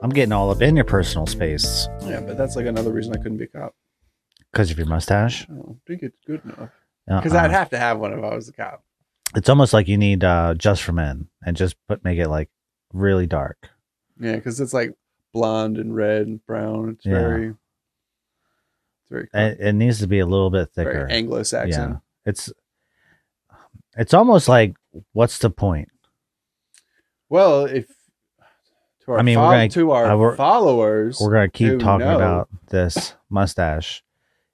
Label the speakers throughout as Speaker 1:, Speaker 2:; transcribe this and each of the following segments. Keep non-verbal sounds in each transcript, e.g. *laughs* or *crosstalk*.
Speaker 1: I'm getting all up in your personal space
Speaker 2: Yeah, but that's like another reason I couldn't be a cop.
Speaker 1: because of your mustache.
Speaker 2: I don't think it's good enough. Because
Speaker 1: Because
Speaker 2: I'd have to have one if I was a cop.
Speaker 1: it's almost like you need uh, just for men and just put make it like really dark.
Speaker 2: Yeah, because it's like blonde and red and brown. It's
Speaker 1: Yeah.
Speaker 2: very, it's very,
Speaker 1: It, it needs to be a little bit thicker.
Speaker 2: very Anglo-Saxon.
Speaker 1: It's it's almost like what's the point?
Speaker 2: Well, if to our
Speaker 1: I mean,
Speaker 2: fol-
Speaker 1: we're gonna-
Speaker 2: to our
Speaker 1: uh, we're-
Speaker 2: followers,
Speaker 1: We're gonna keep
Speaker 2: Who
Speaker 1: talking
Speaker 2: knows?
Speaker 1: about this mustache.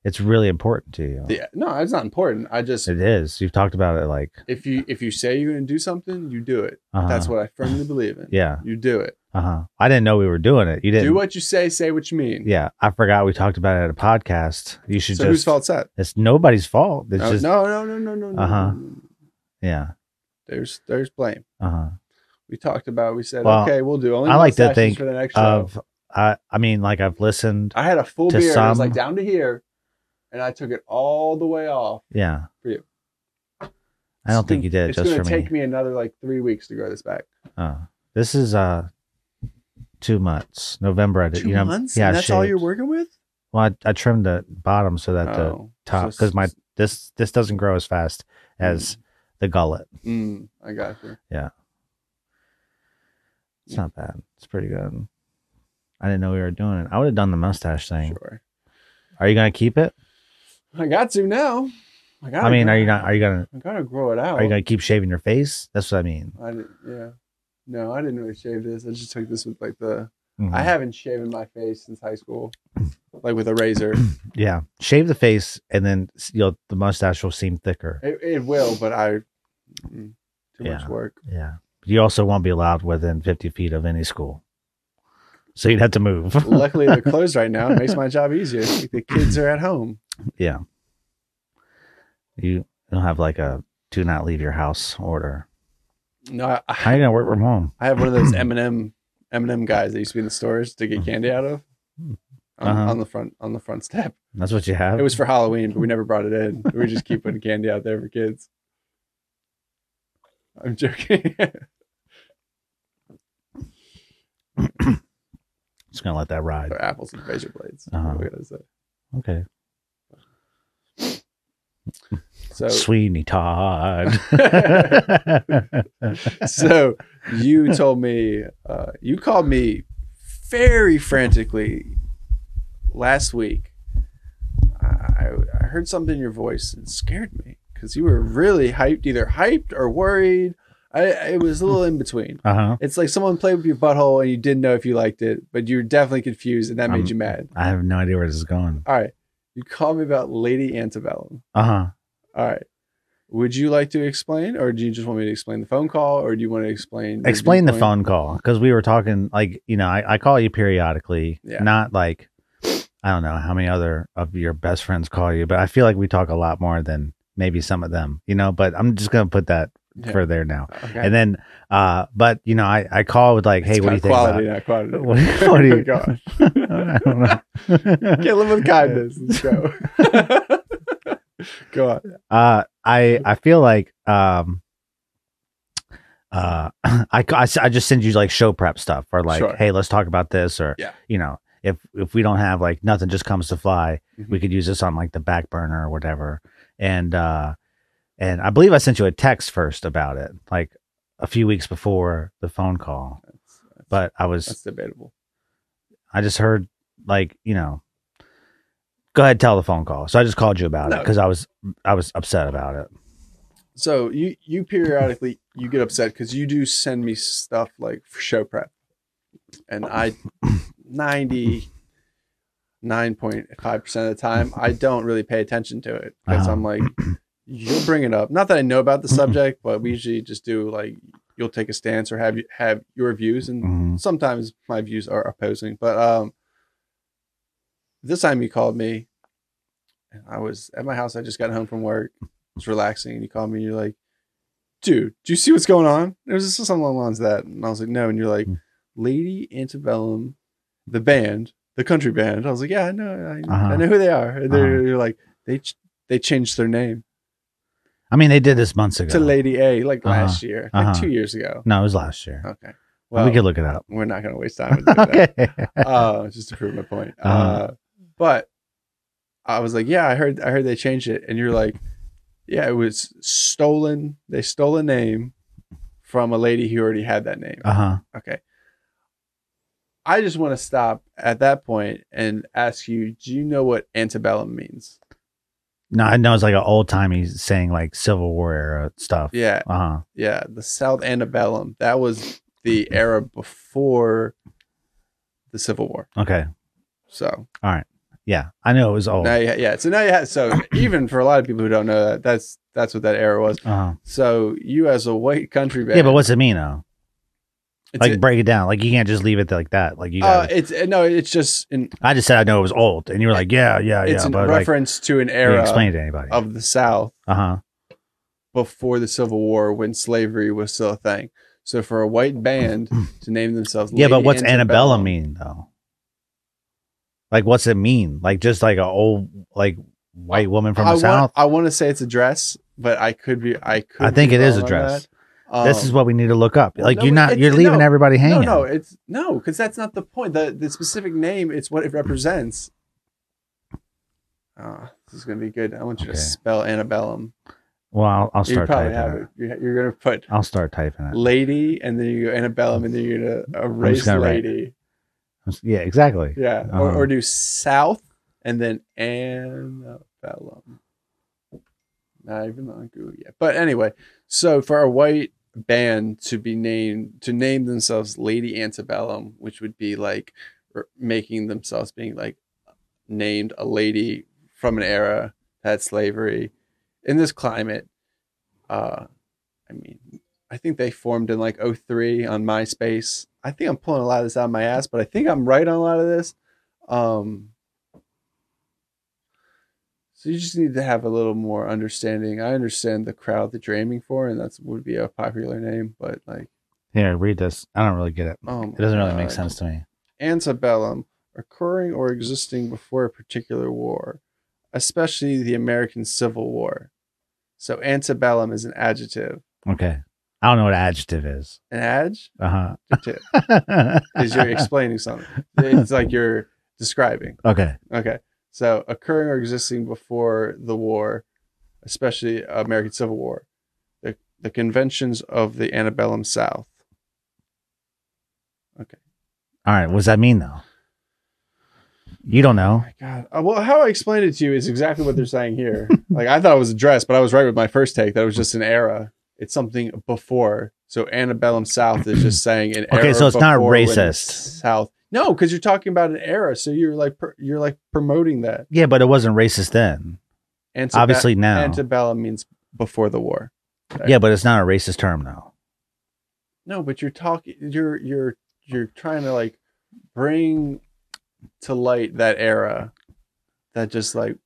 Speaker 1: It's really important to you.
Speaker 2: yeah, no, it's not important. I just
Speaker 1: It is. You've talked about it like
Speaker 2: if you if you say you're gonna do something, you do it.
Speaker 1: uh
Speaker 2: That's what I firmly believe in.
Speaker 1: Yeah.
Speaker 2: you do it.
Speaker 1: Uh huh. I didn't know we were doing it. You didn't.
Speaker 2: Do what you say, say what you mean.
Speaker 1: Yeah, I forgot we talked about it at a podcast. You should
Speaker 2: So
Speaker 1: just.
Speaker 2: whose fault's that?
Speaker 1: It's nobody's fault. It's
Speaker 2: No,
Speaker 1: just
Speaker 2: no, no, no, no, no, no.
Speaker 1: Uh-huh.
Speaker 2: no, no.
Speaker 1: yeah.
Speaker 2: There's there's blame.
Speaker 1: Uh huh.
Speaker 2: we talked about. We said,
Speaker 1: Well,
Speaker 2: okay, we'll do only.
Speaker 1: I like to
Speaker 2: mustaches
Speaker 1: think
Speaker 2: for the next show.
Speaker 1: Of I. I mean, like I've listened.
Speaker 2: I had a full
Speaker 1: to
Speaker 2: beard. and it was
Speaker 1: some-
Speaker 2: like down to here, and I took it all the way off.
Speaker 1: Yeah.
Speaker 2: For you.
Speaker 1: I don't
Speaker 2: It's
Speaker 1: think
Speaker 2: gonna-
Speaker 1: you did it
Speaker 2: It's
Speaker 1: just
Speaker 2: gonna
Speaker 1: for me.
Speaker 2: take me another like three weeks to grow this back.
Speaker 1: Uh, this is uh two months. November. I did. you know, Yeah. shaved.
Speaker 2: working with.
Speaker 1: Well, I, I trimmed the bottom so that
Speaker 2: Oh,
Speaker 1: the top because my this this doesn't grow as fast as the gullet.
Speaker 2: Mm, I got you. Mm.
Speaker 1: It's not bad. It's pretty good. I didn't know we were doing it. I would have done the mustache thing.
Speaker 2: Sure.
Speaker 1: Are you gonna keep it?
Speaker 2: I got to now. I got.
Speaker 1: I mean, are you not? Are you gonna?
Speaker 2: I gotta grow it out.
Speaker 1: Are you gonna keep shaving your face? That's what I mean.
Speaker 2: I didn't. Yeah. No, I didn't really shave this. I just took this with like the.
Speaker 1: Mhm.
Speaker 2: I haven't shaven my face since high school, like with a razor.
Speaker 1: yeah. Shave the face, and then s- you'll the mustache will seem thicker.
Speaker 2: It, it will, but I mm, too
Speaker 1: Yeah.
Speaker 2: much work.
Speaker 1: Yeah. You also won't be allowed within fifty feet of any school, so you'd have to move. *laughs*
Speaker 2: Luckily, they're closed right now. It makes my job easier. The kids are at home.
Speaker 1: yeah. You don't have like a do not leave your house order.
Speaker 2: No, I,
Speaker 1: How you
Speaker 2: I
Speaker 1: gonna work from home?
Speaker 2: I have one of those M&M M&M guys that used to be in the stores to get candy out of on,
Speaker 1: Uh-huh.
Speaker 2: on the front on the front step.
Speaker 1: That's what you have.
Speaker 2: It was for Halloween, but we never brought it in. We just keep putting candy out there for kids. I'm joking. *laughs*
Speaker 1: just gonna let that ride.
Speaker 2: They're apples and razor blades.
Speaker 1: Uh-huh.
Speaker 2: What can I say?
Speaker 1: Okay.
Speaker 2: So *laughs*
Speaker 1: Sweeney Todd. *laughs*
Speaker 2: so you told me uh, you called me very frantically last week I, I heard something in your voice and it scared me because you were really hyped either hyped or worried I, it was a little in between
Speaker 1: uh huh.
Speaker 2: it's like someone played with your butthole and you didn't know if you liked it but you were definitely confused and that made
Speaker 1: Um,
Speaker 2: you mad
Speaker 1: I have no idea where this is going.
Speaker 2: all right you called me about lady antebellum
Speaker 1: Uh huh.
Speaker 2: all right would you like to explain or do you just want me to explain the phone call or do you want to explain your
Speaker 1: Explain the
Speaker 2: viewpoint?
Speaker 1: phone call because we were talking like you know I, I call you periodically,
Speaker 2: Yeah.
Speaker 1: not like I don't know how many other of your best friends call you, but I feel like we talk a lot more than maybe some of them, you know. But I'm just gonna put that
Speaker 2: Yeah.
Speaker 1: for there now,
Speaker 2: Okay.
Speaker 1: and then uh, but you know I I call with like hey
Speaker 2: It's
Speaker 1: what do you
Speaker 2: about
Speaker 1: think? about-
Speaker 2: quality, Oh not quantity. God. *laughs*
Speaker 1: *laughs* What- what do you- *laughs* I don't know. *laughs*
Speaker 2: Can't live with kindness. Let's go. *laughs* go on.
Speaker 1: uh i
Speaker 2: Mm-hmm.
Speaker 1: i feel like um uh *clears throat* I, I s- I just send you like show prep stuff or like
Speaker 2: Sure.
Speaker 1: hey let's talk about this or
Speaker 2: Yeah.
Speaker 1: you know if if we don't have like nothing just comes to fly
Speaker 2: Mhm.
Speaker 1: we could use this on like the back burner or whatever and uh and i believe i sent you a text first about it like a few weeks before the phone call
Speaker 2: That's, that's-
Speaker 1: but i was
Speaker 2: that's debatable.
Speaker 1: i just heard like you know go ahead tell the phone call so i just called you about it
Speaker 2: No.
Speaker 1: because i was i was upset about it
Speaker 2: So you you periodically you get upset because you do send me stuff like for show prep, and I ninety nine point five percent of the time I don't really pay attention to it because
Speaker 1: Uh-huh. *clears throat* Mm-hmm.
Speaker 2: I'm like you'll bring it up. Not that I know about the subject, but we usually just do like you'll take a stance or have you have your views and
Speaker 1: Mhm.
Speaker 2: sometimes my views are opposing, but um, this time you called me. and I was at my house. I just got home from work. I was relaxing, and you called me. And you're like, "Dude, do you see what's going on?" It was just something along the lines of that, and I was like, "No." And you're like,
Speaker 1: Hmm.
Speaker 2: "Lady Antebellum, the band, the country band." I was like, "Yeah, I know. I, I
Speaker 1: Uh-huh.
Speaker 2: know who they are." And they're,
Speaker 1: Uh-huh.
Speaker 2: you're like, "They ch- they changed their name
Speaker 1: I mean, they did this months ago.
Speaker 2: to Lady A, like
Speaker 1: Uh-huh.
Speaker 2: last year, like
Speaker 1: Uh-huh.
Speaker 2: two years ago." Oh,
Speaker 1: No, it was last year.
Speaker 2: Okay. Well,
Speaker 1: we could look it
Speaker 2: *laughs*
Speaker 1: up.
Speaker 2: we're not going to waste
Speaker 1: *laughs*
Speaker 2: time with that.
Speaker 1: okay.
Speaker 2: uh, just to prove my point. Uh,
Speaker 1: Uh-huh.
Speaker 2: but I was like, yeah, I heard, I heard they changed it, and you're like, yeah, it was stolen. They stole a name from a lady who already had that name.
Speaker 1: Uh huh.
Speaker 2: Okay. I just want to stop at that point and ask you, do you know what antebellum means?
Speaker 1: No, I know it's like an old timey saying like Civil War era stuff.
Speaker 2: Yeah,
Speaker 1: Uh huh.
Speaker 2: yeah, the South antebellum. That was the era before the Civil War.
Speaker 1: Okay.
Speaker 2: So
Speaker 1: Yeah, I know it was old.
Speaker 2: now,
Speaker 1: Uh
Speaker 2: you ha- yeah, so now you have so even for a lot of people who don't know that, that's that's what that era was.
Speaker 1: huh.
Speaker 2: So you as a white country band,
Speaker 1: Uh-huh. Yeah, but what's it mean though?
Speaker 2: it's
Speaker 1: Like
Speaker 2: a-
Speaker 1: break it down. Like you can't just leave it like that. Like you.
Speaker 2: uh,
Speaker 1: Gotta,
Speaker 2: it's no, it's just an
Speaker 1: I just said I know it was old, and you were like, yeah, yeah,
Speaker 2: it's
Speaker 1: Oh, yeah.
Speaker 2: a
Speaker 1: But like, you
Speaker 2: reference to an
Speaker 1: didn't
Speaker 2: era
Speaker 1: explain it to anybody. Uh-huh. Uh
Speaker 2: of the South
Speaker 1: huh.
Speaker 2: before the Civil War when slavery was still a thing. So for a white
Speaker 1: *clears throat*
Speaker 2: band to name themselves,
Speaker 1: Yeah, but
Speaker 2: Lady
Speaker 1: what's Annabella mean though? Like, what's it mean? Like, just like a old like white woman from
Speaker 2: I
Speaker 1: the
Speaker 2: want,
Speaker 1: south.
Speaker 2: I want to say it's a dress, but I could be. I could.
Speaker 1: I think
Speaker 2: be
Speaker 1: it is a
Speaker 2: wrong on
Speaker 1: dress.
Speaker 2: that. Um,
Speaker 1: this is what we need to look up.
Speaker 2: well,
Speaker 1: Like,
Speaker 2: no,
Speaker 1: you're not
Speaker 2: it's-
Speaker 1: you're leaving
Speaker 2: no,
Speaker 1: everybody
Speaker 2: No,
Speaker 1: hanging.
Speaker 2: no, it's no, because that's not the point. The the specific name, it's what it represents. Ah, this is gonna be good. I want you
Speaker 1: Okay.
Speaker 2: to spell antebellum.
Speaker 1: Well, I'll, I'll
Speaker 2: You
Speaker 1: start
Speaker 2: probably
Speaker 1: typing
Speaker 2: have
Speaker 1: it.
Speaker 2: it. You- You're gonna put
Speaker 1: I'll start typing it.
Speaker 2: lady, and then you go antebellum, and then you're gonna erase
Speaker 1: gonna write-
Speaker 2: lady.
Speaker 1: Yeah, exactly.
Speaker 2: Yeah, or,
Speaker 1: Uh-huh.
Speaker 2: or do south and then antebellum. Not even on Google yet. But anyway, so for a white band to be named to name themselves Lady Antebellum, which would be like r- making themselves being like named a lady from an era that had slavery in this climate. Uh, I mean, I think they formed in like 03 on MySpace. I think I'm pulling a lot of this out of my ass, but I think I'm right on a lot of this. Um, so you just need to have a little more understanding. I understand the crowd that you're aiming for, and that's would be a popular name, but like,
Speaker 1: Here, read this. I don't really get it.
Speaker 2: um,
Speaker 1: It doesn't really make sense to me.
Speaker 2: Antebellum, occurring or existing before a particular war, especially the American Civil War. So antebellum is an adjective.
Speaker 1: Okay. I don't know what adjective is.
Speaker 2: An adj?
Speaker 1: Uh
Speaker 2: Adjective.
Speaker 1: huh.
Speaker 2: is
Speaker 1: *laughs*
Speaker 2: you're explaining something. It's like you're describing.
Speaker 1: okay.
Speaker 2: Okay. So occurring or existing before the war, especially American Civil War, the, the conventions of the antebellum South.
Speaker 1: All right. What does that mean though? You don't know.
Speaker 2: my God. Uh, well, how I explained it to you is exactly what they're saying
Speaker 1: *laughs*
Speaker 2: here. like I thought it was a dress, but I was right with my first take that it was just an era. It's something before. So antebellum South is just saying an era.
Speaker 1: Okay, so it's not
Speaker 2: before when
Speaker 1: racist.
Speaker 2: South. No, because you're talking about an era, so you're like pr- you're like promoting that.
Speaker 1: Yeah, but it wasn't racist then.
Speaker 2: Antebe-
Speaker 1: Obviously now.
Speaker 2: Antebellum means before the war.
Speaker 1: Yeah, but it's not a racist term though.
Speaker 2: No, but you're talking you're you're you're trying to like bring to light that era that just like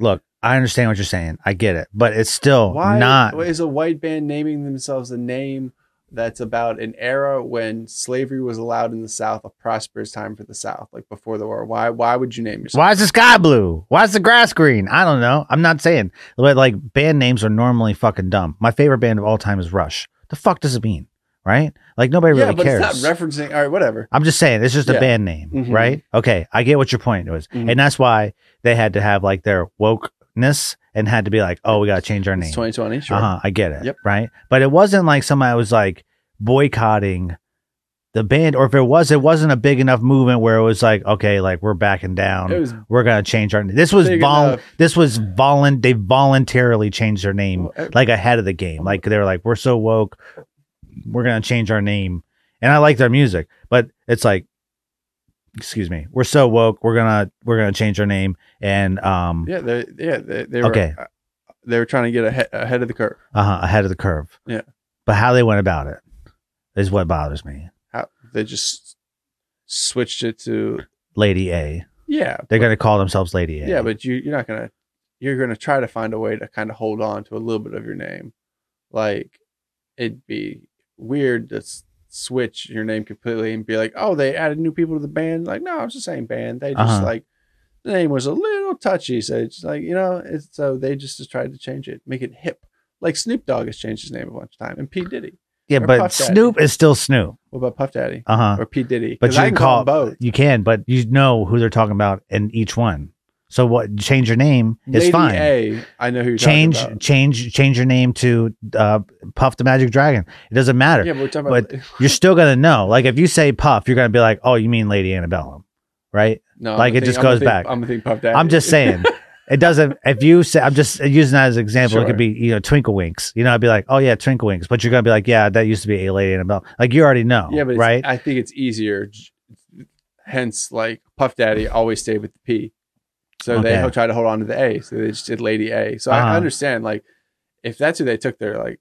Speaker 1: Look, I understand what you're saying. I get it, but it's still
Speaker 2: why
Speaker 1: Oh, not.
Speaker 2: why is a white band naming themselves a name that's about an era when slavery was allowed in the South, a prosperous time for the South, like before the war. Why why would you name yourself?
Speaker 1: Why is the sky blue? Why is the grass green? I don't know. I'm not saying, but like band names are normally fucking dumb. My favorite band of all time is Rush. The fuck does it mean, right? Like nobody
Speaker 2: yeah,
Speaker 1: really
Speaker 2: but
Speaker 1: cares.
Speaker 2: it's not referencing. All right, whatever.
Speaker 1: I'm just saying, it's just a
Speaker 2: Yeah.
Speaker 1: band name,
Speaker 2: Mhm.
Speaker 1: right? Okay, I get what your point was,
Speaker 2: Mhm.
Speaker 1: and that's why they had to have like their wokeness and had to be like, oh, we gotta change our
Speaker 2: It's
Speaker 1: name.
Speaker 2: 2020. Sure.
Speaker 1: Uh huh. I get it.
Speaker 2: Yep.
Speaker 1: Right. But it wasn't like somebody was like boycotting the band, or if it was, it wasn't a big enough movement where it was like, okay, like we're backing down.
Speaker 2: It was
Speaker 1: we're gonna change our. This was
Speaker 2: Big
Speaker 1: vol.
Speaker 2: enough.
Speaker 1: This was volun. They voluntarily changed their name,
Speaker 2: Well, eh, it-
Speaker 1: like ahead of the game. Like they were like, we're so woke, we're gonna change our name. And I like their music, but it's like, excuse me, we're so woke, we're gonna we're gonna change our name. And um,
Speaker 2: yeah, they, yeah, they, they were
Speaker 1: Okay.
Speaker 2: uh, they were trying to get ahead, ahead of the curve.
Speaker 1: uh ahead of the curve.
Speaker 2: Yeah.
Speaker 1: But how they went about it is what bothers me.
Speaker 2: How, they just switched it to
Speaker 1: Lady A.
Speaker 2: yeah,
Speaker 1: They're gonna call themselves Lady
Speaker 2: yeah,
Speaker 1: A.
Speaker 2: but you you're not gonna you're gonna try to find a way to kind of hold on to a little bit of your name. Like it'd be weird to s- switch your name completely and be like, oh, they added new people to the band. Like no, it's the same band. They just
Speaker 1: Uh-huh.
Speaker 2: like the name was a little touchy, so it's like you know, it's, so they just, just tried to change it, make it hip. Like Snoop Dogg has changed his name a bunch of time, and P Diddy.
Speaker 1: Yeah,
Speaker 2: Or
Speaker 1: but
Speaker 2: Puff Daddy.
Speaker 1: Snoop is still Snoop.
Speaker 2: What about Puff Daddy
Speaker 1: Uh huh.
Speaker 2: or P Diddy?
Speaker 1: But
Speaker 2: 'Cause
Speaker 1: you
Speaker 2: I
Speaker 1: can
Speaker 2: can
Speaker 1: call-
Speaker 2: call 'em both.
Speaker 1: You can, but you know who they're talking about in each one. So what? Change your name. It's
Speaker 2: Lady
Speaker 1: fine.
Speaker 2: A, I know who you're
Speaker 1: change,
Speaker 2: talking about.
Speaker 1: change, change your name to uh, Puff the Magic Dragon. It doesn't matter.
Speaker 2: Yeah, but we're talking about.
Speaker 1: You're still gonna know. Like if you say Puff, you're gonna be like, oh, you mean Lady Antebellum, right?
Speaker 2: no,
Speaker 1: like,
Speaker 2: I'm
Speaker 1: it
Speaker 2: gonna think-
Speaker 1: just
Speaker 2: I'm gonna
Speaker 1: goes
Speaker 2: think-
Speaker 1: back.
Speaker 2: I'm gonna think Puff Daddy. *laughs*
Speaker 1: I'm just saying. It doesn't. If you say, I'm just using that as an example. It
Speaker 2: Sure.
Speaker 1: could be, you know, Twinkle Winks. You know, I'd be like, oh yeah, Twinkle Winks. But you're gonna be like, yeah, that used to be a Lady Annabelle. Like you already know,
Speaker 2: yeah, but it's-
Speaker 1: right?
Speaker 2: I think it's easier. J- Hence, like Puff Daddy always stayed with the P, so they
Speaker 1: Okay.
Speaker 2: they try to hold on to the A. So they just did Lady A. So I-
Speaker 1: Uh-huh.
Speaker 2: I understand. Like if that's who they took their like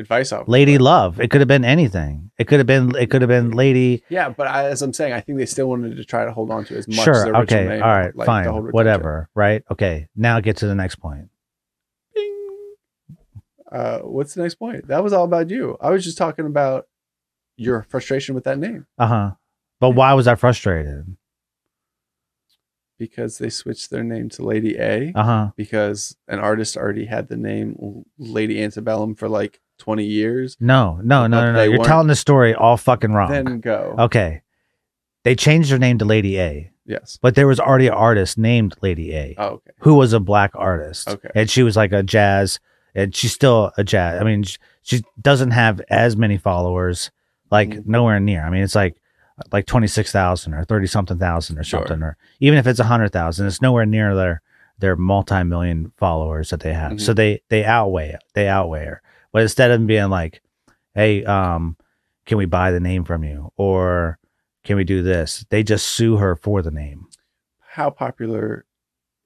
Speaker 2: advice off. of,
Speaker 1: Lady
Speaker 2: but-
Speaker 1: Love. It could have been anything. It could have been. It could have been Lady.
Speaker 2: Yeah, but I, as I'm saying, I think they still wanted to try to hold on to as much. as
Speaker 1: sure.
Speaker 2: their original
Speaker 1: Okay.
Speaker 2: name,
Speaker 1: All right.
Speaker 2: like, the
Speaker 1: fine.
Speaker 2: whole retention.
Speaker 1: Whatever. Right. Okay. Now get to the next point.
Speaker 2: Bing. Uh, what's the next point? That was all about you. I was just talking about your frustration with that name
Speaker 1: Uh huh. But why was I frustrated?
Speaker 2: because they switched their name to Lady A
Speaker 1: Uh huh.
Speaker 2: because an artist already had the name Lady Antebellum for like 20 years.
Speaker 1: No. No. No.
Speaker 2: But
Speaker 1: No. No.
Speaker 2: they
Speaker 1: You're
Speaker 2: weren't-
Speaker 1: telling the story all fucking wrong.
Speaker 2: Then go.
Speaker 1: Oh, okay. They changed their name to Lady A,
Speaker 2: Yes.
Speaker 1: but there was already an artist named Lady A.
Speaker 2: Oh, okay.
Speaker 1: who was a black artist.
Speaker 2: Okay.
Speaker 1: And she was like a jazz, and she's still a jazz. I mean, she, she doesn't have as many followers, like
Speaker 2: Mhm.
Speaker 1: nowhere near. I mean, it's like like 26,000 or 30 something thousand or
Speaker 2: Sure.
Speaker 1: something, or even if it's 100,000, it's nowhere near their their multi-million followers that they have.
Speaker 2: Mm-hmm.
Speaker 1: So they they outweigh it. They outweigh her. But instead of being like, "Hey, um can we buy the name from you?" or "Can we do this?" They just sue her for the name.
Speaker 2: How popular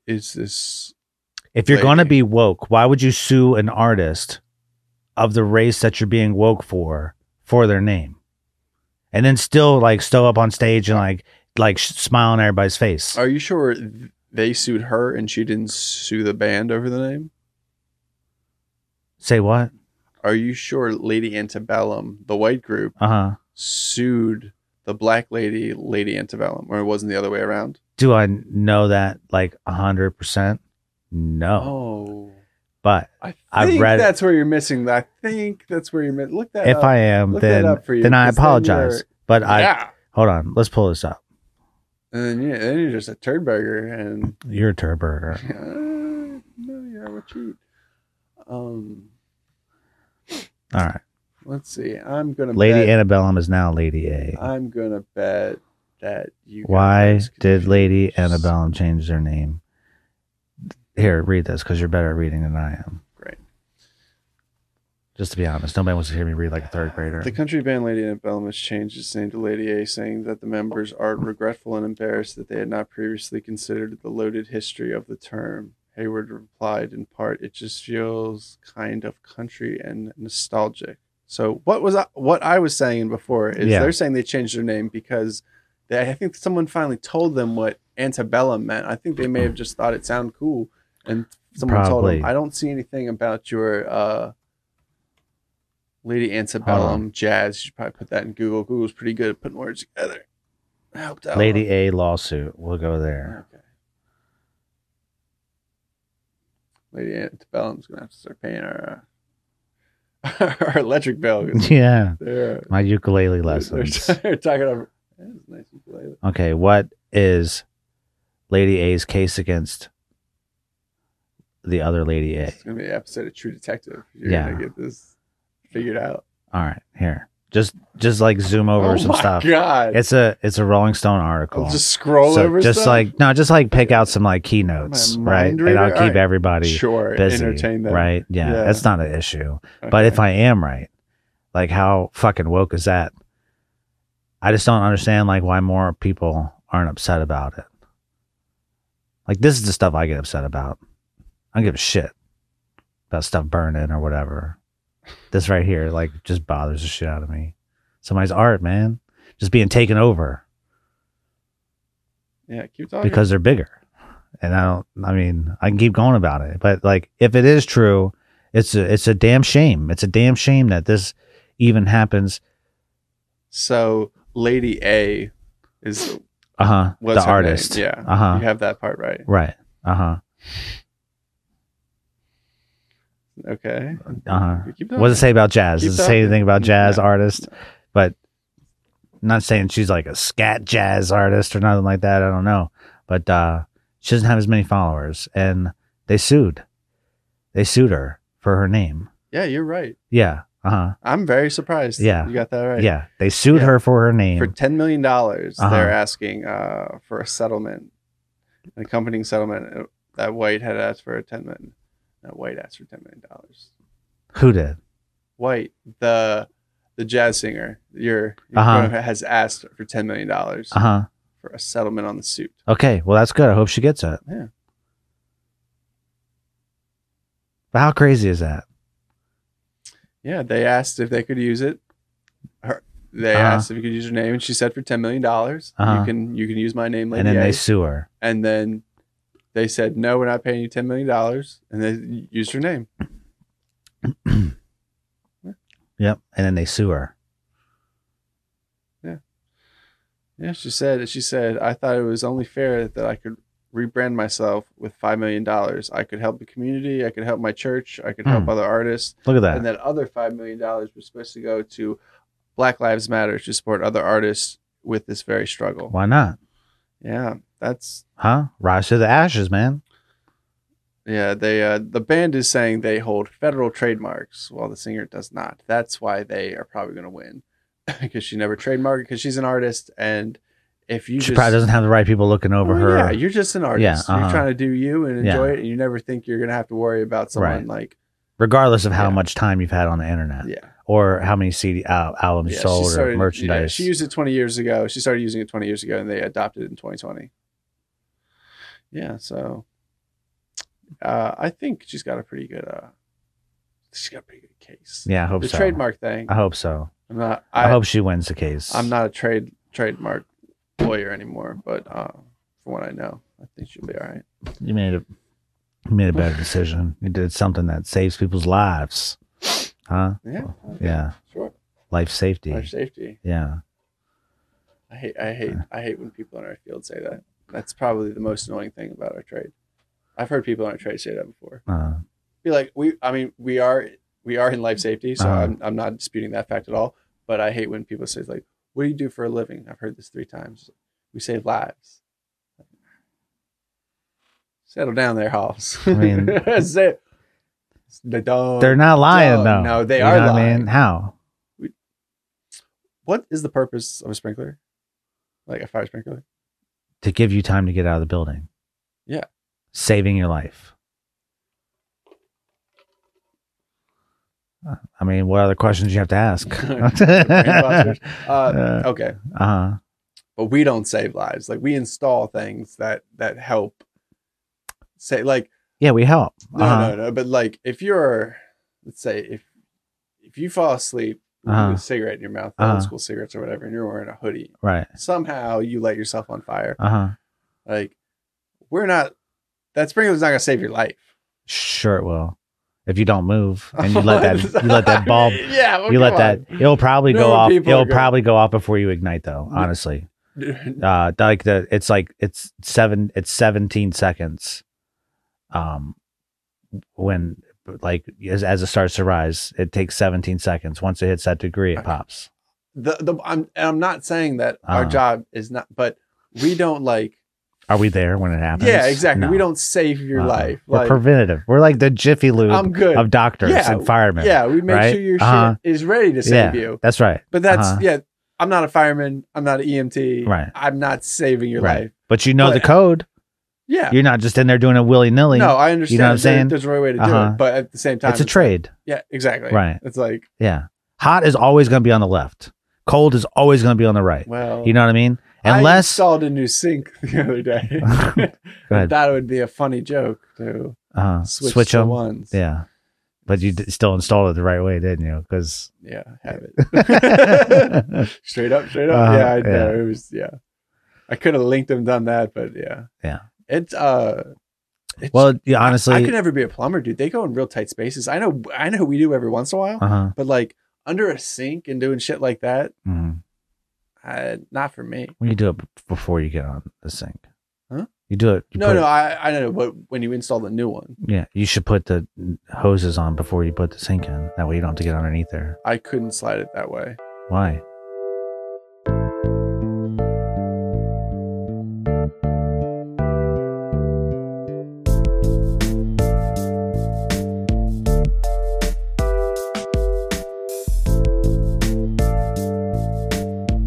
Speaker 2: is this?
Speaker 1: If you're
Speaker 2: Lady.
Speaker 1: going to be woke, why would you sue an artist of the race that you're being woke for for their name, and then still like stow up on stage and like like sh- smile in everybody's face?
Speaker 2: Are you sure th- they sued her and she didn't sue the band over the name?
Speaker 1: Say what?
Speaker 2: Are you sure Lady Antebellum, the white group,
Speaker 1: Uh huh.
Speaker 2: sued the black lady, Lady Antebellum, or it wasn't the other way around.
Speaker 1: Do I know that like a hundred percent? No,
Speaker 2: Oh,
Speaker 1: but
Speaker 2: I think
Speaker 1: I've read-
Speaker 2: that's where you're missing. I think that's where you're missing. Look that
Speaker 1: if
Speaker 2: up.
Speaker 1: I am,
Speaker 2: look
Speaker 1: then
Speaker 2: that up for you,
Speaker 1: then I
Speaker 2: 'cause then
Speaker 1: apologize.
Speaker 2: you're-
Speaker 1: but I
Speaker 2: yeah,
Speaker 1: hold on. Let's pull this up.
Speaker 2: and then, you, then you're just a turd burger, and
Speaker 1: You're a turd burger.
Speaker 2: uh, no, you're a cheat. Um,
Speaker 1: All right.
Speaker 2: let's see. I'm gonna
Speaker 1: Lady
Speaker 2: Bet,
Speaker 1: Antebellum is now Lady A.
Speaker 2: I'm gonna bet that you.
Speaker 1: Why
Speaker 2: guys
Speaker 1: did Lady
Speaker 2: confused.
Speaker 1: Annabellum change their name? Here, read this because you're better at reading than I am.
Speaker 2: Great.
Speaker 1: Just to be honest, nobody wants to hear me read like a third grader.
Speaker 2: The country band Lady Antebellum has changed its name to Lady A, saying that the members are regretful and embarrassed that they had not previously considered the loaded history of the term. Hayward replied in part, "It just feels kind of country and nostalgic." So what was I, what I was saying before is
Speaker 1: Yeah.
Speaker 2: they're saying they changed their name because they, I think someone finally told them what antebellum meant. I think they may have just thought it sounded cool, and someone told
Speaker 1: Probably.
Speaker 2: them, "I don't see anything about your." Uh, Lady
Speaker 1: Hold
Speaker 2: Antebellum, Jazz. You should probably put that in Google. Google's pretty good at putting words together. Helped out.
Speaker 1: Lady A lawsuit. We'll go
Speaker 2: Okay.
Speaker 1: there.
Speaker 2: Lady Antebellum's gonna have to start paying our, uh, *laughs* our electric
Speaker 1: *laughs*
Speaker 2: bill. 'cause
Speaker 1: Yeah,
Speaker 2: They're,
Speaker 1: my ukulele
Speaker 2: they're-
Speaker 1: lessons.
Speaker 2: *laughs* they're talking over. That's nice ukulele.
Speaker 1: Okay, what is Lady A's case against the other Lady A?
Speaker 2: It's gonna be an episode of True Detective. You're
Speaker 1: Yeah.
Speaker 2: gonna get this figured out.
Speaker 1: All right, here. Just just like zoom over
Speaker 2: oh
Speaker 1: some
Speaker 2: my
Speaker 1: stuff.
Speaker 2: god!
Speaker 1: It's a it's a Rolling Stone article.
Speaker 2: I'll just scroll
Speaker 1: So
Speaker 2: over.
Speaker 1: just
Speaker 2: stuff?
Speaker 1: like no, just like pick out some like keynotes,
Speaker 2: My
Speaker 1: right?
Speaker 2: mind
Speaker 1: And I'll
Speaker 2: reader?
Speaker 1: keep
Speaker 2: Alright.
Speaker 1: everybody
Speaker 2: sure,
Speaker 1: busy,
Speaker 2: entertain them.
Speaker 1: right? Yeah,
Speaker 2: Yeah.
Speaker 1: that's not an issue. But
Speaker 2: Okay.
Speaker 1: if I am right, like how fucking woke is that? I just don't understand like why more people aren't upset about it. Like this is the stuff I get upset about. I don't give a shit about stuff burning or whatever. This right here, like, just bothers the shit out of me. Somebody's art, man, just being taken over
Speaker 2: yeah, keep talking.
Speaker 1: because they're bigger. And I don't. I mean, I can keep going about it, but like, if it is true, it's a it's a damn shame. It's a damn shame that this even happens.
Speaker 2: So Lady A is
Speaker 1: Uh huh.
Speaker 2: was
Speaker 1: The
Speaker 2: her
Speaker 1: artist. Uh-huh.
Speaker 2: name, Uh-huh. Yeah.
Speaker 1: Uh huh.
Speaker 2: You have that part right.
Speaker 1: Right. Uh huh.
Speaker 2: Okay.
Speaker 1: Uh-huh.
Speaker 2: Keep
Speaker 1: What does it say about jazz?
Speaker 2: Keep
Speaker 1: Does it say
Speaker 2: talking.
Speaker 1: anything about jazz
Speaker 2: No.
Speaker 1: artist? But I'm not saying she's like a scat jazz artist or nothing like that. I don't know. But uh, she doesn't have as many followers, and they sued. They sued her for her name.
Speaker 2: Yeah, you're right.
Speaker 1: Yeah. Uh huh.
Speaker 2: I'm very surprised.
Speaker 1: Yeah.
Speaker 2: You got that right.
Speaker 1: Yeah. They sued
Speaker 2: Yeah.
Speaker 1: her for her name.
Speaker 2: For ten million dollars,
Speaker 1: Uh-huh.
Speaker 2: they're asking uh, for a settlement, an accompanying settlement. Uh, That White had asked for a ten million. That White asked for ten million dollars.
Speaker 1: Who did?
Speaker 2: White, the the jazz singer, your, your
Speaker 1: Uh-huh.
Speaker 2: brother has asked for ten million dollars
Speaker 1: Uh huh.
Speaker 2: for a settlement on the suit.
Speaker 1: Okay. Well, that's good. I hope she gets it.
Speaker 2: Yeah.
Speaker 1: But how crazy is that?
Speaker 2: Yeah, they asked if they could use it. Her, they
Speaker 1: Uh-huh.
Speaker 2: asked if you could use her name, and she said for ten million dollars,
Speaker 1: Uh-huh.
Speaker 2: you can you can use my name, Lady
Speaker 1: and then
Speaker 2: A."
Speaker 1: they sue her.
Speaker 2: and then they said no we're not paying you $10 million and they used her name
Speaker 1: Yep. And then they sue her.
Speaker 2: yeah she said she said i thought it was only fair that i could rebrand myself with $5 million i could help the community i could help my church i could help
Speaker 1: Hmm.
Speaker 2: other artists
Speaker 1: Look at that.
Speaker 2: and that other $5 million was supposed to go to black lives matter to support other artists with this very struggle
Speaker 1: Why not?
Speaker 2: yeah that's
Speaker 1: Huh? Rise to the ashes, man.
Speaker 2: yeah they uh, the band is saying they hold federal trademarks while the singer does not that's why they are probably going to win *laughs* because she never trademarked because she's an artist and if you
Speaker 1: she
Speaker 2: just
Speaker 1: probably doesn't have the right people looking over
Speaker 2: Oh,
Speaker 1: her.
Speaker 2: yeah you're just an artist
Speaker 1: uh-huh.
Speaker 2: you're trying to do you and enjoy
Speaker 1: Yeah.
Speaker 2: it and you never think you're going to have to worry about someone like
Speaker 1: regardless of how
Speaker 2: Yeah.
Speaker 1: much time you've had on the internet
Speaker 2: yeah
Speaker 1: or how many CD al- albums
Speaker 2: yeah
Speaker 1: sold
Speaker 2: started-
Speaker 1: or
Speaker 2: yeah,
Speaker 1: merchandise.
Speaker 2: she used it 20 years ago she started using it 20 years ago and they adopted it in 2020 yeah so uh, i think she's got a pretty good uh she's got a pretty good case
Speaker 1: yeah, I hope
Speaker 2: the
Speaker 1: so.
Speaker 2: trademark thing.
Speaker 1: I hope so.
Speaker 2: I'm not.
Speaker 1: I,
Speaker 2: I,
Speaker 1: hope she wins the case.
Speaker 2: I'm not a trade trademark lawyer anymore, but uh, from what I know, I think she'll be all right.
Speaker 1: You made a you made
Speaker 2: *sighs*
Speaker 1: a better decision. You did something that saves people's lives. Huh?
Speaker 2: Yeah.
Speaker 1: Yeah.
Speaker 2: Sure.
Speaker 1: Life safety.
Speaker 2: Life safety.
Speaker 1: Yeah.
Speaker 2: I hate. I hate.
Speaker 1: Uh.
Speaker 2: I hate when people in our field say that. That's probably the most annoying thing about our trade. I've heard people in our trade say that before.
Speaker 1: Uh,
Speaker 2: Be like, we. I mean, we are. We are in life safety, so
Speaker 1: Uh-huh.
Speaker 2: I'm. I'm not disputing that fact at all. But I hate when people say like, "What do you do for a living?" I've heard this three times. We save lives. Settle down there, Hoffs. *laughs*
Speaker 1: I mean-
Speaker 2: That's it. They don't-
Speaker 1: they're not lying
Speaker 2: duh.
Speaker 1: though.
Speaker 2: No, they
Speaker 1: You
Speaker 2: are
Speaker 1: know what I
Speaker 2: lying.
Speaker 1: mean? How?
Speaker 2: What is the purpose of a sprinkler? Like a fire
Speaker 1: *laughs*
Speaker 2: sprinkler? *laughs*
Speaker 1: To give you time to get out of the building.
Speaker 2: Yeah.
Speaker 1: Saving your life. I mean, what other questions do you have
Speaker 2: *laughs*
Speaker 1: to ask?
Speaker 2: Brainbusters. Uh,
Speaker 1: *laughs* Uh,
Speaker 2: okay,
Speaker 1: uh,
Speaker 2: but we don't save lives. Like we install things that that help. Say like
Speaker 1: yeah, we help.
Speaker 2: No,
Speaker 1: Uh-huh.
Speaker 2: no, no. But like, if you're, let's say, if if you fall asleep
Speaker 1: Uh-huh.
Speaker 2: with a cigarette in your mouth,
Speaker 1: Uh-huh.
Speaker 2: old school cigarettes or whatever, and you're wearing a hoodie,
Speaker 1: Right.
Speaker 2: somehow you light yourself on fire.
Speaker 1: Uh huh.
Speaker 2: Like, we're not. That sprinkler's not gonna save your life.
Speaker 1: Sure, it will. If you don't move and you let that, you
Speaker 2: *laughs*
Speaker 1: let that bulb,
Speaker 2: yeah, well,
Speaker 1: you let
Speaker 2: come
Speaker 1: that, it'll probably go
Speaker 2: No,
Speaker 1: off.
Speaker 2: people are
Speaker 1: It'll
Speaker 2: gonna-
Speaker 1: probably go off before you ignite, though.
Speaker 2: Yeah.
Speaker 1: Honestly,
Speaker 2: on. *laughs*
Speaker 1: uh, like the, it's like it's seven, it's seventeen seconds, um, when like as, as it starts to rise, it takes seventeen seconds. Once it hits that degree, it
Speaker 2: Okay.
Speaker 1: pops.
Speaker 2: the the I'm and I'm not saying that our
Speaker 1: Uh-huh.
Speaker 2: job is not, but we don't like.
Speaker 1: Are we there when it happens?
Speaker 2: Yeah, exactly.
Speaker 1: No.
Speaker 2: We don't save your
Speaker 1: Uh-uh.
Speaker 2: life.
Speaker 1: We're
Speaker 2: Like,
Speaker 1: preventative. We're like the Jiffy Lube
Speaker 2: I'm good.
Speaker 1: of doctors
Speaker 2: Yeah,
Speaker 1: and firemen.
Speaker 2: yeah, we make
Speaker 1: right?
Speaker 2: sure your
Speaker 1: Uh-huh.
Speaker 2: shit is ready to
Speaker 1: Yeah.
Speaker 2: save you.
Speaker 1: That's right.
Speaker 2: But that's
Speaker 1: Uh-huh.
Speaker 2: yeah. I'm not a fireman. I'm not an EMT.
Speaker 1: Right.
Speaker 2: I'm not saving your
Speaker 1: Right.
Speaker 2: life.
Speaker 1: But you know
Speaker 2: But-
Speaker 1: the code.
Speaker 2: Yeah.
Speaker 1: You're not just in there doing it willy nilly.
Speaker 2: no, I understand.
Speaker 1: what I'm
Speaker 2: There-
Speaker 1: saying?
Speaker 2: There's a right way to do
Speaker 1: Uh-huh.
Speaker 2: it, but at the same time,
Speaker 1: it's a trade.
Speaker 2: yeah, exactly.
Speaker 1: Right.
Speaker 2: It's like
Speaker 1: Yeah. Hot is always going to be on the left. Cold is always going to be on the right.
Speaker 2: well,
Speaker 1: You know what I mean?
Speaker 2: I
Speaker 1: Unless
Speaker 2: installed a new sink *laughs* the other
Speaker 1: *laughs*
Speaker 2: day. *laughs*
Speaker 1: Go
Speaker 2: I
Speaker 1: ahead.
Speaker 2: thought it would be a funny joke to
Speaker 1: uh,
Speaker 2: switch,
Speaker 1: switch,
Speaker 2: to
Speaker 1: them.
Speaker 2: ones.
Speaker 1: Yeah. But you d- still installed it the right way, didn't you? Because
Speaker 2: *laughs* yeah, have it straight up, straight up.
Speaker 1: Uh-huh,
Speaker 2: yeah, I know.
Speaker 1: yeah.
Speaker 2: It was yeah. I could have linked them, done that, but yeah,
Speaker 1: Yeah.
Speaker 2: It's uh, it's,
Speaker 1: well, yeah, honestly,
Speaker 2: I could never be a plumber, dude. They go in real tight spaces. I know, I know, we do every once in a while,
Speaker 1: uh-huh.
Speaker 2: but like under a sink and doing shit like that,
Speaker 1: Mhm.
Speaker 2: uh, not for me.
Speaker 1: Well, you do it b- before you get on the sink.
Speaker 2: Huh?
Speaker 1: You do it. you
Speaker 2: No,
Speaker 1: put-
Speaker 2: no, I, I know, but when you install the new one,
Speaker 1: Yeah, you should put the hoses on before you put the sink in. That way you don't have to get underneath there.
Speaker 2: I couldn't slide it that way.
Speaker 1: Why?